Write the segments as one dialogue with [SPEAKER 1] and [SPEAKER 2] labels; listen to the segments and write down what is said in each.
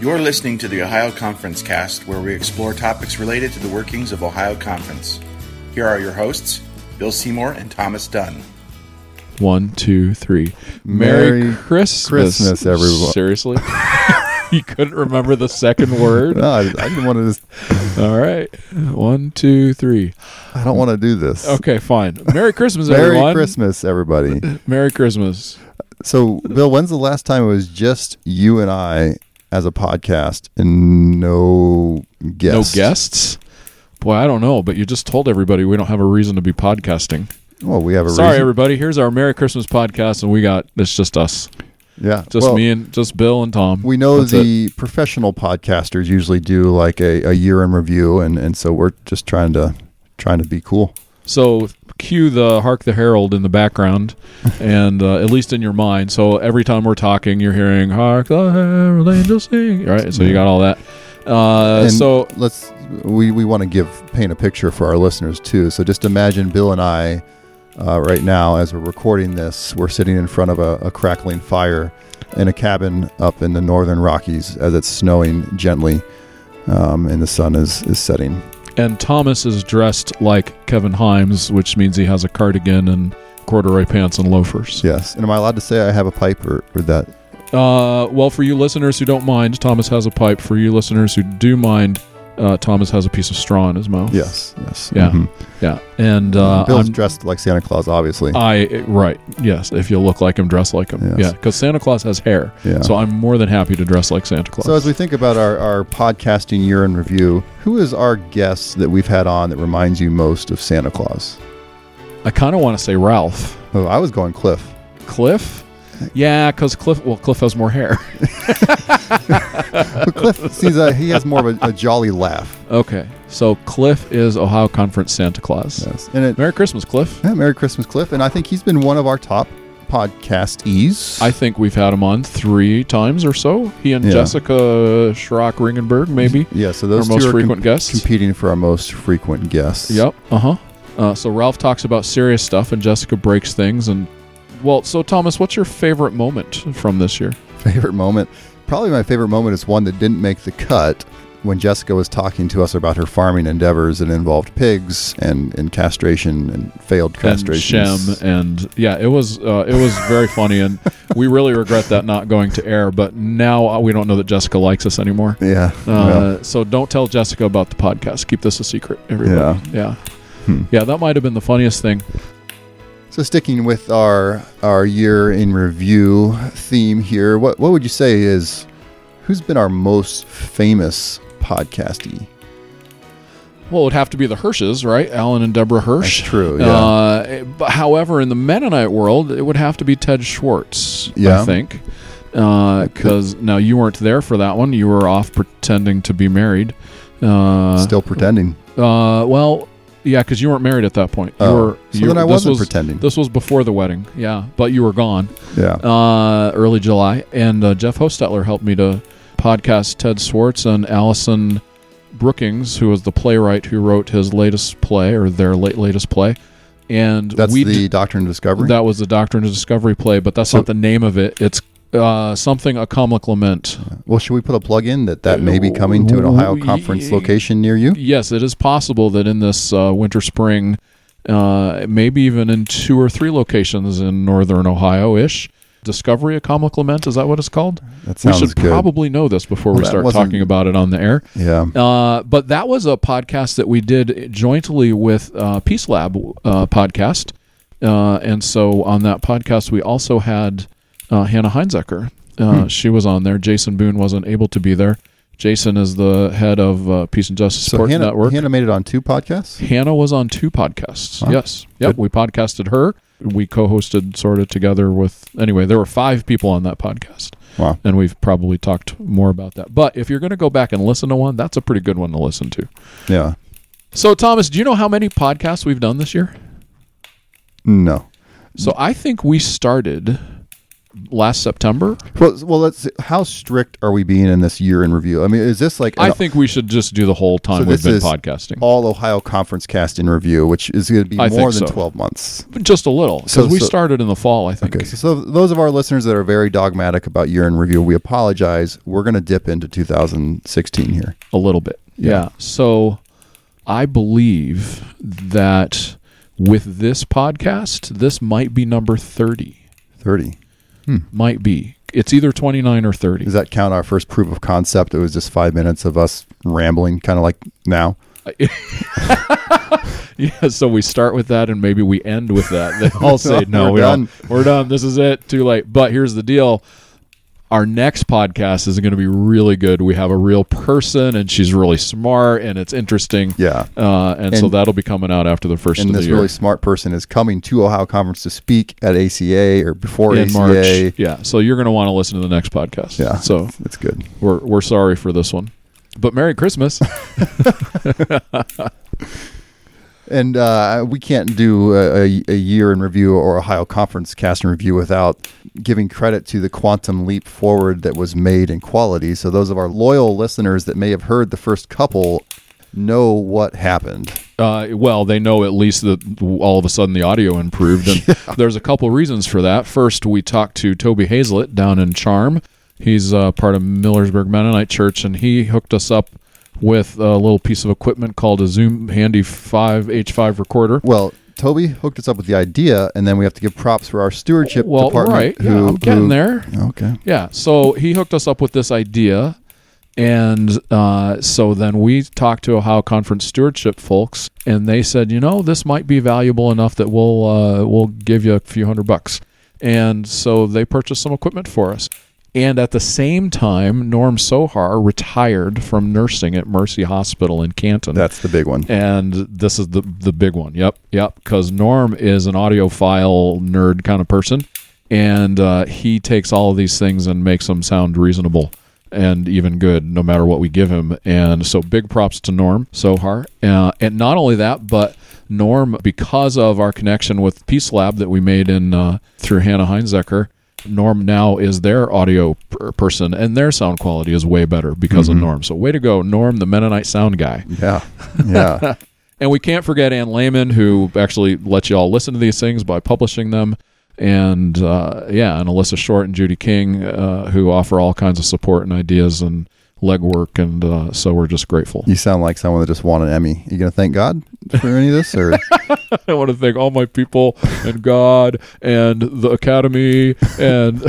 [SPEAKER 1] You're listening to the Ohio Conference Cast, where we explore topics related to the workings of Ohio Conference. Here are your hosts, Bill Seymour and Thomas Dunn.
[SPEAKER 2] One, two, three. Merry,
[SPEAKER 3] Merry
[SPEAKER 2] Christmas.
[SPEAKER 3] Christmas, everyone.
[SPEAKER 2] Seriously? you couldn't remember the second word?
[SPEAKER 3] No, I, I didn't want to. Just,
[SPEAKER 2] All right. One, two, three.
[SPEAKER 3] I don't want to do this.
[SPEAKER 2] Okay, fine. Merry Christmas,
[SPEAKER 3] Merry
[SPEAKER 2] everyone.
[SPEAKER 3] Christmas, everybody.
[SPEAKER 2] Merry Christmas.
[SPEAKER 3] So, Bill, when's the last time it was just you and I as a podcast and no guests?
[SPEAKER 2] No guests? Boy, I don't know, but you just told everybody we don't have a reason to be podcasting.
[SPEAKER 3] Well, we have a
[SPEAKER 2] Sorry,
[SPEAKER 3] reason.
[SPEAKER 2] everybody. Here's our Merry Christmas podcast, and we got it's just us,
[SPEAKER 3] yeah,
[SPEAKER 2] just
[SPEAKER 3] well,
[SPEAKER 2] me and just Bill and Tom.
[SPEAKER 3] We know
[SPEAKER 2] That's it.
[SPEAKER 3] the professional podcasters usually do like a, a year in review, and, and so we're just trying to trying to be cool.
[SPEAKER 2] So cue the Hark the Herald in the background, and uh, at least in your mind. So every time we're talking, you're hearing Hark the Herald angels sing. All right, so you got all that. Uh,
[SPEAKER 3] and
[SPEAKER 2] so
[SPEAKER 3] let's we, we want to give paint a picture for our listeners too. So just imagine Bill and I uh, right now as we're recording this, we're sitting in front of a, a crackling fire in a cabin up in the northern Rockies as it's snowing gently, um, and the sun is is setting.
[SPEAKER 2] and Thomas is dressed like Kevin Himes, which means he has a cardigan and corduroy pants and loafers.
[SPEAKER 3] Yes, and am I allowed to say I have a pipe or, or that?
[SPEAKER 2] Uh, well, for you listeners who don't mind, Thomas has a pipe. For you listeners who do mind, uh, Thomas has a piece of straw in his mouth.
[SPEAKER 3] Yes, yes,
[SPEAKER 2] Yeah.
[SPEAKER 3] mhm.
[SPEAKER 2] yeah. And uh,
[SPEAKER 3] Bill's
[SPEAKER 2] I'm-
[SPEAKER 3] dressed like Santa Claus, obviously.
[SPEAKER 2] I right yes. If you look like him, dress like him.
[SPEAKER 3] Yes.
[SPEAKER 2] Yeah, because Santa Claus has hair,
[SPEAKER 3] yeah.
[SPEAKER 2] so I'm more than happy to dress like Santa Claus.
[SPEAKER 3] So as we think about our, our podcasting year in review, who is our guest that we've had on that reminds you most of Santa Claus?
[SPEAKER 2] I kind of want to say Ralph,
[SPEAKER 3] Oh, I was going Cliff.
[SPEAKER 2] Cliff. Yeah, because Cliff. Well, Cliff has more hair.
[SPEAKER 3] But Cliff seems uh, he has more of a, a jolly laugh.
[SPEAKER 2] okay, so Cliff is Ohio Conference Santa Claus.
[SPEAKER 3] Yes. And it,
[SPEAKER 2] Merry Christmas, Cliff.
[SPEAKER 3] yeah, Merry Christmas, Cliff. And I think he's been one of our top podcastees.
[SPEAKER 2] I think we've had him on three times or so. He and
[SPEAKER 3] Yeah.
[SPEAKER 2] Jessica Schrock Ringenberg, maybe.
[SPEAKER 3] yeah. So those
[SPEAKER 2] our most
[SPEAKER 3] two are com-
[SPEAKER 2] frequent guests.
[SPEAKER 3] competing for our most frequent guests.
[SPEAKER 2] Yep. Uh-huh. Uh So Ralph talks about serious stuff, and Jessica breaks things. And well, so Thomas, what's your favorite moment from this year?
[SPEAKER 3] Favorite moment. Probably my favorite moment is one that didn't make the cut when Jessica was talking to us about her farming endeavors and involved pigs and, and castration and failed castration.
[SPEAKER 2] And Shem and yeah, it was uh, it was very funny, and we really regret that not going to air. But now uh, we don't know that Jessica likes us anymore.
[SPEAKER 3] Yeah.
[SPEAKER 2] Uh, So don't tell Jessica about the podcast. Keep this a secret, everybody. Yeah. Yeah.
[SPEAKER 3] Hmm.
[SPEAKER 2] Yeah, that might have been the funniest thing.
[SPEAKER 3] So sticking with our our year in review theme here, what what would you say is who's been our most famous podcastee?
[SPEAKER 2] Well, it would have to be the Hirsches, right? Alan and Deborah Hirsch.
[SPEAKER 3] That's true, yeah.
[SPEAKER 2] Uh, but however, in the Mennonite world, it would have to be Ted Schwartz. I
[SPEAKER 3] Yeah.
[SPEAKER 2] think. Because now you weren't there for that one. You were off pretending to be married. Uh,
[SPEAKER 3] Still pretending.
[SPEAKER 2] Uh, well, yeah, because you weren't married at that point. You
[SPEAKER 3] Oh,
[SPEAKER 2] were.
[SPEAKER 3] so
[SPEAKER 2] you
[SPEAKER 3] then I
[SPEAKER 2] this
[SPEAKER 3] wasn't
[SPEAKER 2] was-
[SPEAKER 3] pretending.
[SPEAKER 2] This was before the wedding. Yeah, but you were gone
[SPEAKER 3] yeah.
[SPEAKER 2] uh, early July, and uh, Jeff Hostetler helped me to podcast Ted Swartz and Allison Brookings, who was the playwright who wrote his latest play or their late latest play. And
[SPEAKER 3] That's
[SPEAKER 2] we
[SPEAKER 3] the
[SPEAKER 2] d-
[SPEAKER 3] Doctrine of Discovery.
[SPEAKER 2] that was the Doctrine of Discovery play, but that's
[SPEAKER 3] So-
[SPEAKER 2] not the name of it. It's uh, something a comic lament.
[SPEAKER 3] well, should we put a plug in that that may
[SPEAKER 2] Oh,
[SPEAKER 3] be coming to an Ohio
[SPEAKER 2] We-
[SPEAKER 3] conference location near you?
[SPEAKER 2] Yes, it is possible that in this uh, winter spring, uh, maybe even in two or three locations in northern Ohio ish. Discovery a comic lament is that what it's called?
[SPEAKER 3] That sounds
[SPEAKER 2] we should
[SPEAKER 3] good.
[SPEAKER 2] probably know this before
[SPEAKER 3] Well,
[SPEAKER 2] we
[SPEAKER 3] that
[SPEAKER 2] start
[SPEAKER 3] wasn't-
[SPEAKER 2] talking about it on the air.
[SPEAKER 3] yeah.
[SPEAKER 2] Uh, but that was a podcast that we did jointly with uh, Peace Lab uh, podcast, uh, and so on that podcast we also had uh, Hannah Heinzecker.
[SPEAKER 3] Hmm.
[SPEAKER 2] Uh, She was on there. Jason Boone wasn't able to be there. Jason is the head of uh, Peace and Justice
[SPEAKER 3] So
[SPEAKER 2] Support
[SPEAKER 3] Hannah,
[SPEAKER 2] Network.
[SPEAKER 3] Hannah made it on two podcasts.
[SPEAKER 2] Hannah was on two podcasts.
[SPEAKER 3] Wow.
[SPEAKER 2] Yes. Yep. We podcasted her. We co hosted sort of together with, anyway, there were five people on that podcast.
[SPEAKER 3] Wow.
[SPEAKER 2] And we've probably talked more about that. But if you're going to go back and listen to one, that's a pretty good one to listen to.
[SPEAKER 3] Yeah.
[SPEAKER 2] So, Thomas, do you know how many podcasts we've done this year?
[SPEAKER 3] No.
[SPEAKER 2] So I think we started last September.
[SPEAKER 3] Well, s- well, let's. See, how strict are we being in this year in review? I mean, is this like
[SPEAKER 2] I
[SPEAKER 3] an-
[SPEAKER 2] think we should just do the whole time
[SPEAKER 3] so
[SPEAKER 2] we've
[SPEAKER 3] this
[SPEAKER 2] been
[SPEAKER 3] is
[SPEAKER 2] podcasting,
[SPEAKER 3] all Ohio conference cast in review, which is going to be
[SPEAKER 2] I
[SPEAKER 3] more
[SPEAKER 2] think
[SPEAKER 3] than
[SPEAKER 2] so.
[SPEAKER 3] twelve months.
[SPEAKER 2] just a little, because
[SPEAKER 3] So-
[SPEAKER 2] we
[SPEAKER 3] so-
[SPEAKER 2] started in the fall. I think.
[SPEAKER 3] Okay, so, so those of our listeners that are very dogmatic about year in review, we apologize. We're going to dip into 2016 here.
[SPEAKER 2] a little bit. Yeah. So I believe that with this podcast, this might be number 30.
[SPEAKER 3] 30.
[SPEAKER 2] Might be. It's either 29 or 30.
[SPEAKER 3] Does that count our first proof of concept? It was just five minutes of us rambling, kind of like now.
[SPEAKER 2] yeah. So we start with that and maybe we end with that. They all say, no,
[SPEAKER 3] We're
[SPEAKER 2] we don't-
[SPEAKER 3] done."
[SPEAKER 2] we're done. This is it. Too late. But here's the deal. Our next podcast is going to be really good. We have a real person, and she's really smart, and it's interesting.
[SPEAKER 3] Yeah.
[SPEAKER 2] uh, and, so
[SPEAKER 3] And-
[SPEAKER 2] that'll be coming out after the first
[SPEAKER 3] And
[SPEAKER 2] of the
[SPEAKER 3] this
[SPEAKER 2] year
[SPEAKER 3] really smart person is coming to Ohio Conference to speak at ACA or before
[SPEAKER 2] in
[SPEAKER 3] ACA.
[SPEAKER 2] March. Yeah. So you're going to want to listen to the next podcast.
[SPEAKER 3] Yeah.
[SPEAKER 2] So
[SPEAKER 3] That's good.
[SPEAKER 2] we're we're sorry for this one, but Merry Christmas.
[SPEAKER 3] And uh, we can't do a, a, a year in review or Ohio Conference cast in review without giving credit to the quantum leap forward that was made in quality. So, those of our loyal listeners that may have heard the first couple know what happened.
[SPEAKER 2] uh, well, they know at least that all of a sudden the audio improved, and there's a couple reasons for that. First, we talked to Toby Hazlett down in Charm. He's uh, part of Millersburg Mennonite Church, and he hooked us up with a little piece of equipment called a Zoom Handy Five H5 recorder.
[SPEAKER 3] Well, Toby hooked us up with the idea, and then we have to give props for our stewardship
[SPEAKER 2] Well,
[SPEAKER 3] department.
[SPEAKER 2] right, yeah, I'm getting there.
[SPEAKER 3] Okay.
[SPEAKER 2] Yeah. So he hooked us up with this idea. And uh, so then we talked to Ohio Conference Stewardship folks, and they said, you know, this might be valuable enough that we'll uh, we'll give you a few hundred bucks. And so they purchased some equipment for us. And at the same time, Norm Sohar retired from nursing at Mercy Hospital in Canton.
[SPEAKER 3] That's the big one.
[SPEAKER 2] and this is the the big one. Yep, yep. Because Norm is an audiophile nerd kind of person, and uh, he takes all of these things and makes them sound reasonable and even good, no matter what we give him. And so, big props to Norm Sohar. Uh, and not only that, but Norm, because of our connection with Peace Lab that we made in uh, through Hannah Heinzecker. Norm now is their audio per- person, and their sound quality is way better because of Norm. So, way to go, Norm, the Mennonite sound guy.
[SPEAKER 3] Yeah. Yeah.
[SPEAKER 2] And we can't forget Ann Lehman, who actually lets you all listen to these things by publishing them. And uh, yeah, and Alyssa Short and Judy King, uh, who offer all kinds of support and ideas and legwork. And uh, so we're just grateful.
[SPEAKER 3] you sound like someone that just won an Emmy. You going to thank God for any of this? Or
[SPEAKER 2] I want to thank all my people and God and the Academy. And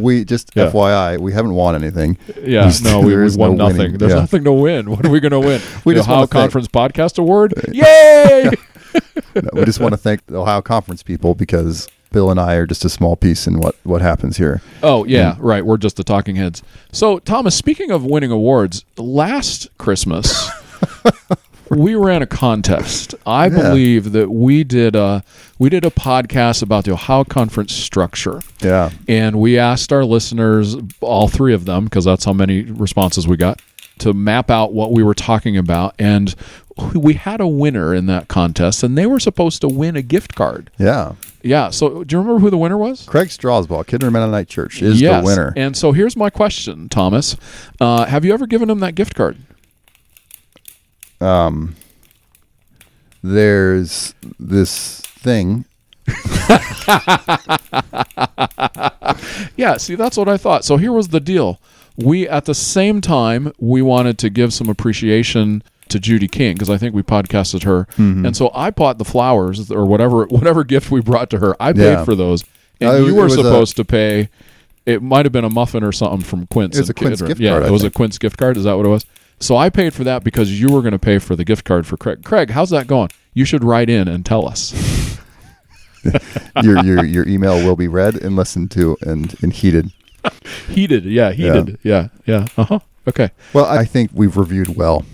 [SPEAKER 3] we just,
[SPEAKER 2] Yeah.
[SPEAKER 3] FYI, we haven't won anything.
[SPEAKER 2] yeah,
[SPEAKER 3] There's-
[SPEAKER 2] no, we,
[SPEAKER 3] there
[SPEAKER 2] we
[SPEAKER 3] is
[SPEAKER 2] won
[SPEAKER 3] no
[SPEAKER 2] nothing.
[SPEAKER 3] winning.
[SPEAKER 2] There's
[SPEAKER 3] Yeah.
[SPEAKER 2] nothing to win. What are we going to win?
[SPEAKER 3] We
[SPEAKER 2] the
[SPEAKER 3] just wanna
[SPEAKER 2] Ohio
[SPEAKER 3] thank-
[SPEAKER 2] Conference Podcast Award? Yay!
[SPEAKER 3] No, we just want to thank the Ohio Conference people because Bill and I are just a small piece in what, what happens here.
[SPEAKER 2] Oh yeah, right. We're just the talking heads. So Thomas, speaking of winning awards, last Christmas we ran a contest. I believe that we did a we did a podcast about the Ohio conference structure.
[SPEAKER 3] Yeah.
[SPEAKER 2] And we asked our listeners, all three of them, because that's how many responses we got, to map out what we were talking about. And we had a winner in that contest, and they were supposed to win a gift card.
[SPEAKER 3] Yeah.
[SPEAKER 2] Yeah. So do you remember who the winner was?
[SPEAKER 3] Craig Strasbaugh, Kidder Mennonite Church, is
[SPEAKER 2] yes.
[SPEAKER 3] the winner.
[SPEAKER 2] And so here's my question, Thomas. Uh, have you ever given him that gift card?
[SPEAKER 3] There's this thing.
[SPEAKER 2] Yeah, see, that's what I thought. So here was the deal. We, at the same time, we wanted to give some appreciation to Judy King because I think we podcasted her.
[SPEAKER 3] Mm-hmm.
[SPEAKER 2] And so I bought the flowers or whatever whatever gift we brought to her. I paid
[SPEAKER 3] Yeah.
[SPEAKER 2] for those. And
[SPEAKER 3] No,
[SPEAKER 2] you
[SPEAKER 3] it was-
[SPEAKER 2] were
[SPEAKER 3] it was a-
[SPEAKER 2] supposed to pay. It might have been a muffin or something from Quince.
[SPEAKER 3] It
[SPEAKER 2] in
[SPEAKER 3] was a Quince
[SPEAKER 2] Kidron.
[SPEAKER 3] gift
[SPEAKER 2] yeah,
[SPEAKER 3] card, I
[SPEAKER 2] it was
[SPEAKER 3] think.
[SPEAKER 2] a Quince gift card. Is that what it was? So I paid for that because you were going to pay for the gift card for Craig. Craig, how's that going? You should write in and tell us.
[SPEAKER 3] Your, your, your email will be read and listened to and, and heeded.
[SPEAKER 2] Heated, yeah, heated, yeah, yeah. Uh huh. Okay.
[SPEAKER 3] Well, I think we've reviewed well.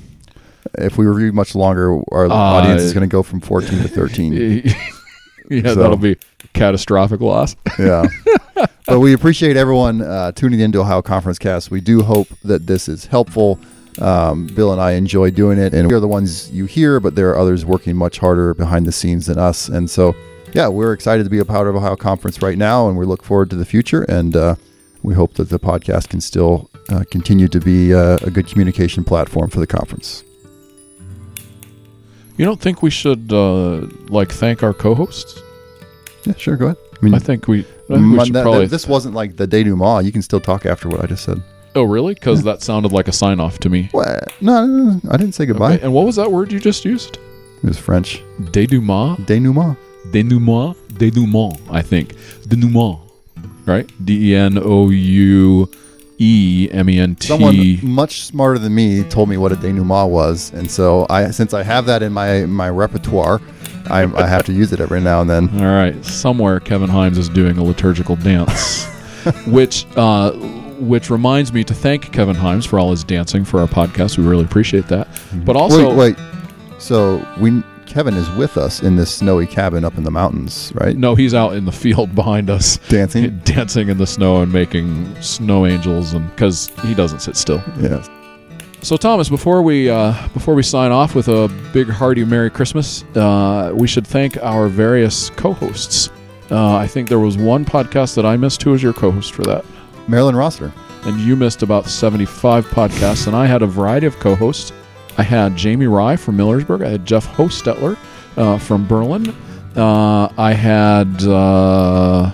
[SPEAKER 3] If we review much longer, our audience is going to go from 14 to 13.
[SPEAKER 2] yeah,
[SPEAKER 3] So-
[SPEAKER 2] that'll be catastrophic loss.
[SPEAKER 3] yeah. But we appreciate everyone uh, tuning into Ohio Conference Cast. We do hope that this is helpful. Um, Bill and I enjoy doing it, and we're the ones you hear, but there are others working much harder behind the scenes than us. And so yeah, we're excited to be a part of Ohio Conference right now, and we look forward to the future. And uh, we hope that the podcast can still uh, continue to be uh, a good communication platform for the conference.
[SPEAKER 2] You don't think we should uh, like thank our co-hosts?
[SPEAKER 3] Yeah, sure. Go ahead.
[SPEAKER 2] I think we, I think we
[SPEAKER 3] my-
[SPEAKER 2] should
[SPEAKER 3] that-
[SPEAKER 2] probably.
[SPEAKER 3] that- this wasn't like the denouement. You can still talk after what I just said.
[SPEAKER 2] oh, really? Because that sounded like a sign off to me.
[SPEAKER 3] What? No, no, no, I didn't say goodbye.
[SPEAKER 2] Okay, and what was that word you just used?
[SPEAKER 3] It was French.
[SPEAKER 2] Dénouement,
[SPEAKER 3] Denouement.
[SPEAKER 2] dénouement, dénouement. I think dénouement, right? D e n o u e m e n
[SPEAKER 3] Someone
[SPEAKER 2] t.
[SPEAKER 3] much smarter than me told me what a denouement was, and so I, since I have that in my my repertoire, I, I have to use it every now and then.
[SPEAKER 2] All right, somewhere Kevin Himes is doing a liturgical dance, which uh, which reminds me to thank Kevin Himes for all his dancing for our podcast. We really appreciate that. But also,
[SPEAKER 3] Mm-hmm. wait, wait. So we Kevin is with us in this snowy cabin up in the mountains, right?
[SPEAKER 2] no, he's out in the field behind us.
[SPEAKER 3] Dancing.
[SPEAKER 2] dancing in the snow and making snow angels and because he doesn't sit still
[SPEAKER 3] Yes.
[SPEAKER 2] so thomas before we uh, before we sign off with a big hearty merry christmas uh, we should thank our various co-hosts uh, i think there was one podcast that i missed who was your co-host for that
[SPEAKER 3] Marilyn Rossiter.
[SPEAKER 2] and you missed about 75 podcasts and i had a variety of co-hosts i had jamie rye from millersburg i had jeff hostetler uh, from berlin uh, i had uh,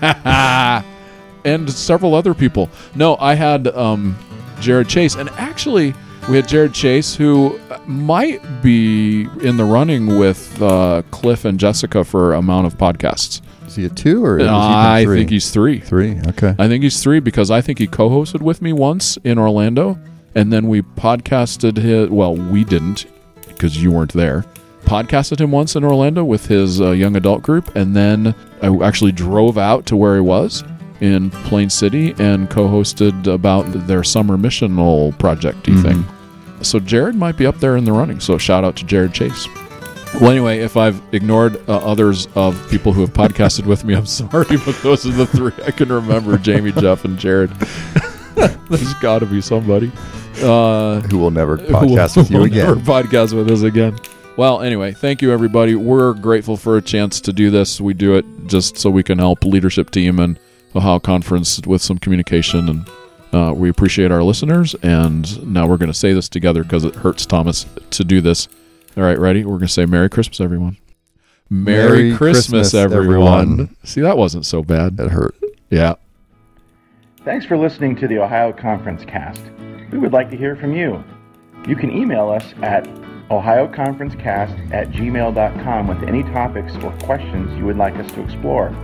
[SPEAKER 2] and several other people no i had um, jared chase and actually we had jared chase who might be in the running with uh, cliff and jessica for amount of podcasts
[SPEAKER 3] Is he a two or is he
[SPEAKER 2] i
[SPEAKER 3] three?
[SPEAKER 2] think he's three
[SPEAKER 3] three. Okay.
[SPEAKER 2] I think he's three because I think he co-hosted with me once in Orlando, and then we podcasted his. Well, we didn't because you weren't there. Podcasted him once in Orlando with his uh, young adult group, and then I actually drove out to where he was in Plain City and co-hosted about their summer missional projecty thing. So Jared might be up there in the running. So shout out to Jared Chase. Well, anyway, if I've ignored uh, others of people who have podcasted with me, I'm sorry, but those are the three I can remember: Jamie, Jeff, and Jared. There's got to be somebody uh,
[SPEAKER 3] Who will never
[SPEAKER 2] who
[SPEAKER 3] podcast
[SPEAKER 2] will-
[SPEAKER 3] with you
[SPEAKER 2] will
[SPEAKER 3] again?
[SPEAKER 2] never podcast with us again. Well, anyway, thank you everybody. We're grateful for a chance to do this. We do it just so we can help leadership team and Ohio Conference with some communication, and uh, we appreciate our listeners. And now we're going to say this together because it hurts Thomas to do this. All right, ready? We're going to say Merry Christmas, everyone. Merry,
[SPEAKER 3] Merry
[SPEAKER 2] Christmas,
[SPEAKER 3] Christmas,
[SPEAKER 2] everyone.
[SPEAKER 3] everyone.
[SPEAKER 2] See, that wasn't so bad.
[SPEAKER 3] That hurt.
[SPEAKER 2] Yeah.
[SPEAKER 1] Thanks for listening to the Ohio Conference Cast. We would like to hear from you. You can email us at ohioconferencecast at gmail.com with any topics or questions you would like us to explore.